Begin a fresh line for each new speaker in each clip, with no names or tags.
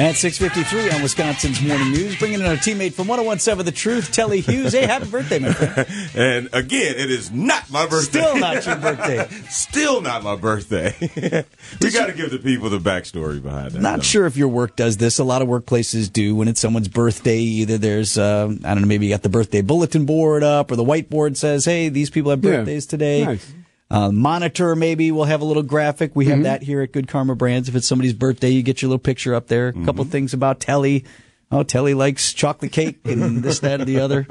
At 6.53 on Wisconsin's Morning News, bringing in our teammate from 1017 The Truth, Telly Hughes. Hey, happy birthday, my friend.
And again, it is not my birthday.
Still not your birthday.
Still not my birthday. we got to give the people the backstory behind that.
Not
though.
sure if your work does this. A lot of workplaces do. When it's someone's birthday, either there's, um, I don't know, maybe you got the birthday bulletin board up or the whiteboard says, hey, these people have
Yeah.
birthdays today.
Nice. Mm-hmm.
Uh, monitor, maybe we'll have a little graphic. We have that here at Good Karma Brands. If it's somebody's birthday, you get your little picture up there. A
Mm-hmm.
couple things about Telly. Oh, Telly likes chocolate cake and this, that, and the other.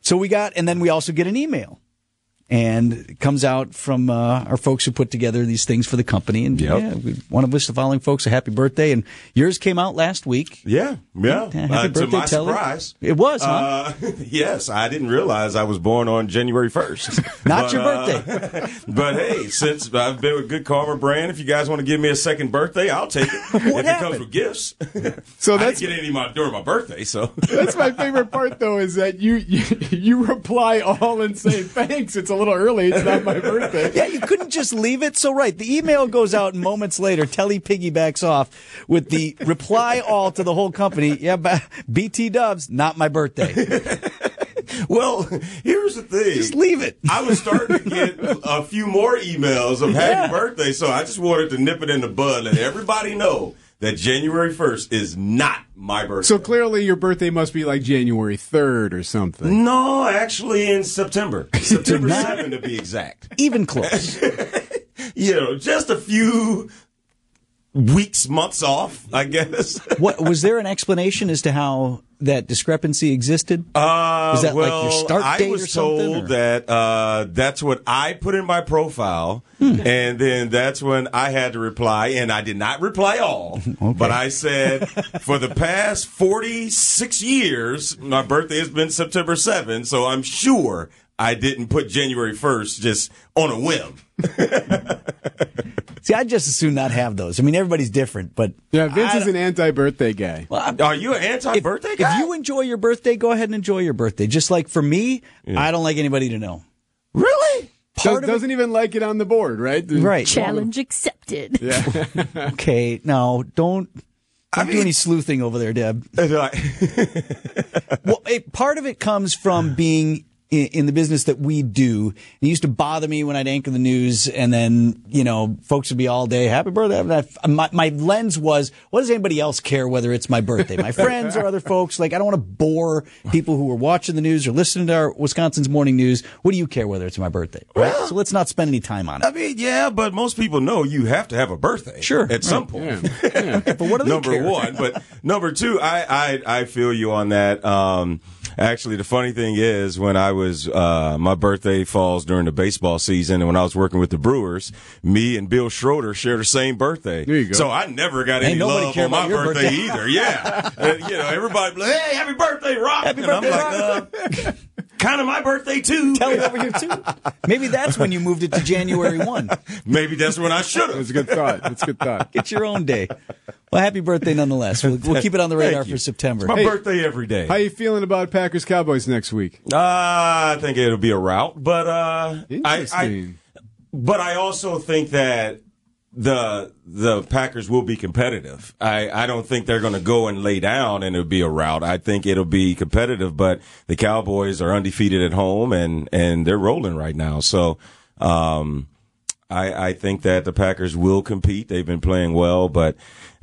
So we got, and then we also get an email. And it comes out from uh, our folks who put together these things for the company. And
Yep.
yeah, we want to wish the following folks a happy birthday. And yours came out last week.
Yeah, yeah.
Happy
Uh,
birthday,
to my
Telly.
surprise.
It was, huh?
Uh, yes, I didn't realize I was born on January 1st.
Not your
uh, but hey, since I've been with Good Karma Brand, if you guys want to give me a second birthday, I'll take it. if it
happened?
comes with gifts.
So
I didn't
that's
get any of my, during my birthday, so.
that's my favorite part though is that you, you you reply all and say thanks. It's a little early. It's not my birthday.
Yeah, you couldn't just leave it. So right, the email goes out and moments later. Telly piggybacks off with the reply all to the whole company. Yeah, but BT Dubs, not my birthday.
Well, here's the thing.
Just leave it.
I was starting to get a few more emails of happy
Yeah.
birthday, so I just wanted to nip it in the bud, let everybody know that January 1st is not my birthday.
So clearly your birthday must be like January 3rd or
Mm.
something.
no, actually in September. September
not-
7 to be exact.
Even close.
You know, just a few weeks, months off, I guess.
What was there an explanation as to how that discrepancy existed?
Uh,
Is that like your
well,
start
I
date
was
or something,
told
or-
that uh, that's what I put in my profile,
Hmm.
and then that's when I had to reply, and I did not reply all, but I said for the past forty six years, my birthday has been September 7, so I'm sure I didn't put January first just on a whim.
See, I just assume not have those. I mean, everybody's different, but
Yeah, Vince
I
is an anti-birthday guy.
Are you an anti birthday
don't-
guy?
If you enjoy your birthday, go ahead and enjoy your birthday. Just like for me, I don't like anybody to know.
really?
Does,
Part of it-
doesn't even like it on the board, right?
Right.
Challenge accepted.
Okay. No, don't. Don't do any sleuthing over there, Deb.
And, uh,
Well, a part of it comes from being in, in the business that we do. It used to bother me when I'd anchor the news, and then you know, folks would be all day, "Happy birthday!" And I- My, my lens was, "What does anybody else care whether it's my birthday? My friends or other folks? Like, I don't want to bore people who are watching the news or listening to our Wisconsin's morning news. What do you care whether it's my birthday? Right? so let's not spend any time on
I
it.
mean, yeah, but most people know you have to have a birthday.
Sure.
At some point.
But what do they
number
care?
one. But number two, I, I I feel you on that. Um, actually, the funny thing is when I was uh, my birthday falls during the baseball season, and when I was working with the Brewers, me and Bill Schroeder share the same birthday.
There you go.
So I never got
Ain't
any
nobody
love
care
on my
about your
birthday,
birthday.
either. Yeah, And, you know everybody. be like, Hey, happy birthday, Rock!
Happy
and
birthday,
I'm like, uh, kind of my birthday too.
Tell it over here too. Maybe that's when you moved it to January one.
Maybe that's when I should have.
That's a good thought. That's a good thought.
It's your own day. Well, happy birthday nonetheless. We'll, we'll keep it on the radar
you.
for September.
It's my birthday every day.
How you feeling about Packers Cowboys next week?
Uh, I think it'll be a route, but uh, I, I
Interesting.
but I also think that the the Packers will be competitive. I, I don't think they're going to go and lay down and it'll be a rout. I think it'll be competitive, but the Cowboys are undefeated at home and and they're rolling right now. So um I I think that the Packers will compete. They've been playing well, but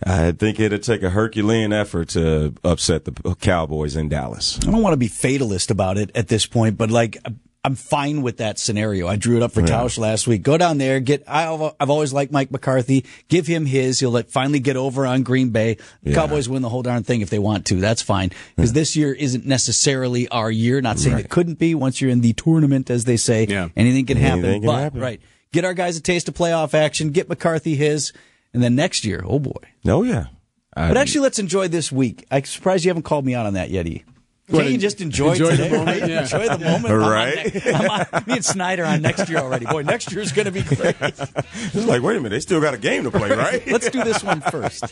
I think it'll take a Herculean effort to upset the Cowboys in Dallas.
I don't want to be fatalist about it at this point, but like I'm fine with that scenario. I drew it up for Tausch last week. Go down there, get. I've, I've always liked Mike McCarthy. Give him his. He'll like finally get over on Green Bay. Cowboys win the whole darn thing if they want to. That's fine because this year isn't necessarily our year. Not saying it couldn't be once you're in the tournament, as they say.
Yeah.
anything can happen.
Anything can
but
happen.
right, get our guys a taste of playoff action. Get McCarthy his, and then next year, oh boy.
Oh yeah.
But actually, let's enjoy this week. I'm surprised you haven't called me out on that yet, E.
What,
Can't you just enjoy,
enjoy the
today,
moment?
right?
Yeah.
Enjoy the moment. I'm on
Right?
ne- I'm on- me and Snyder on next year already. Boy, next year's going to be great.
It's like, wait a minute, they still got a game to play, right?
Let's do this one first.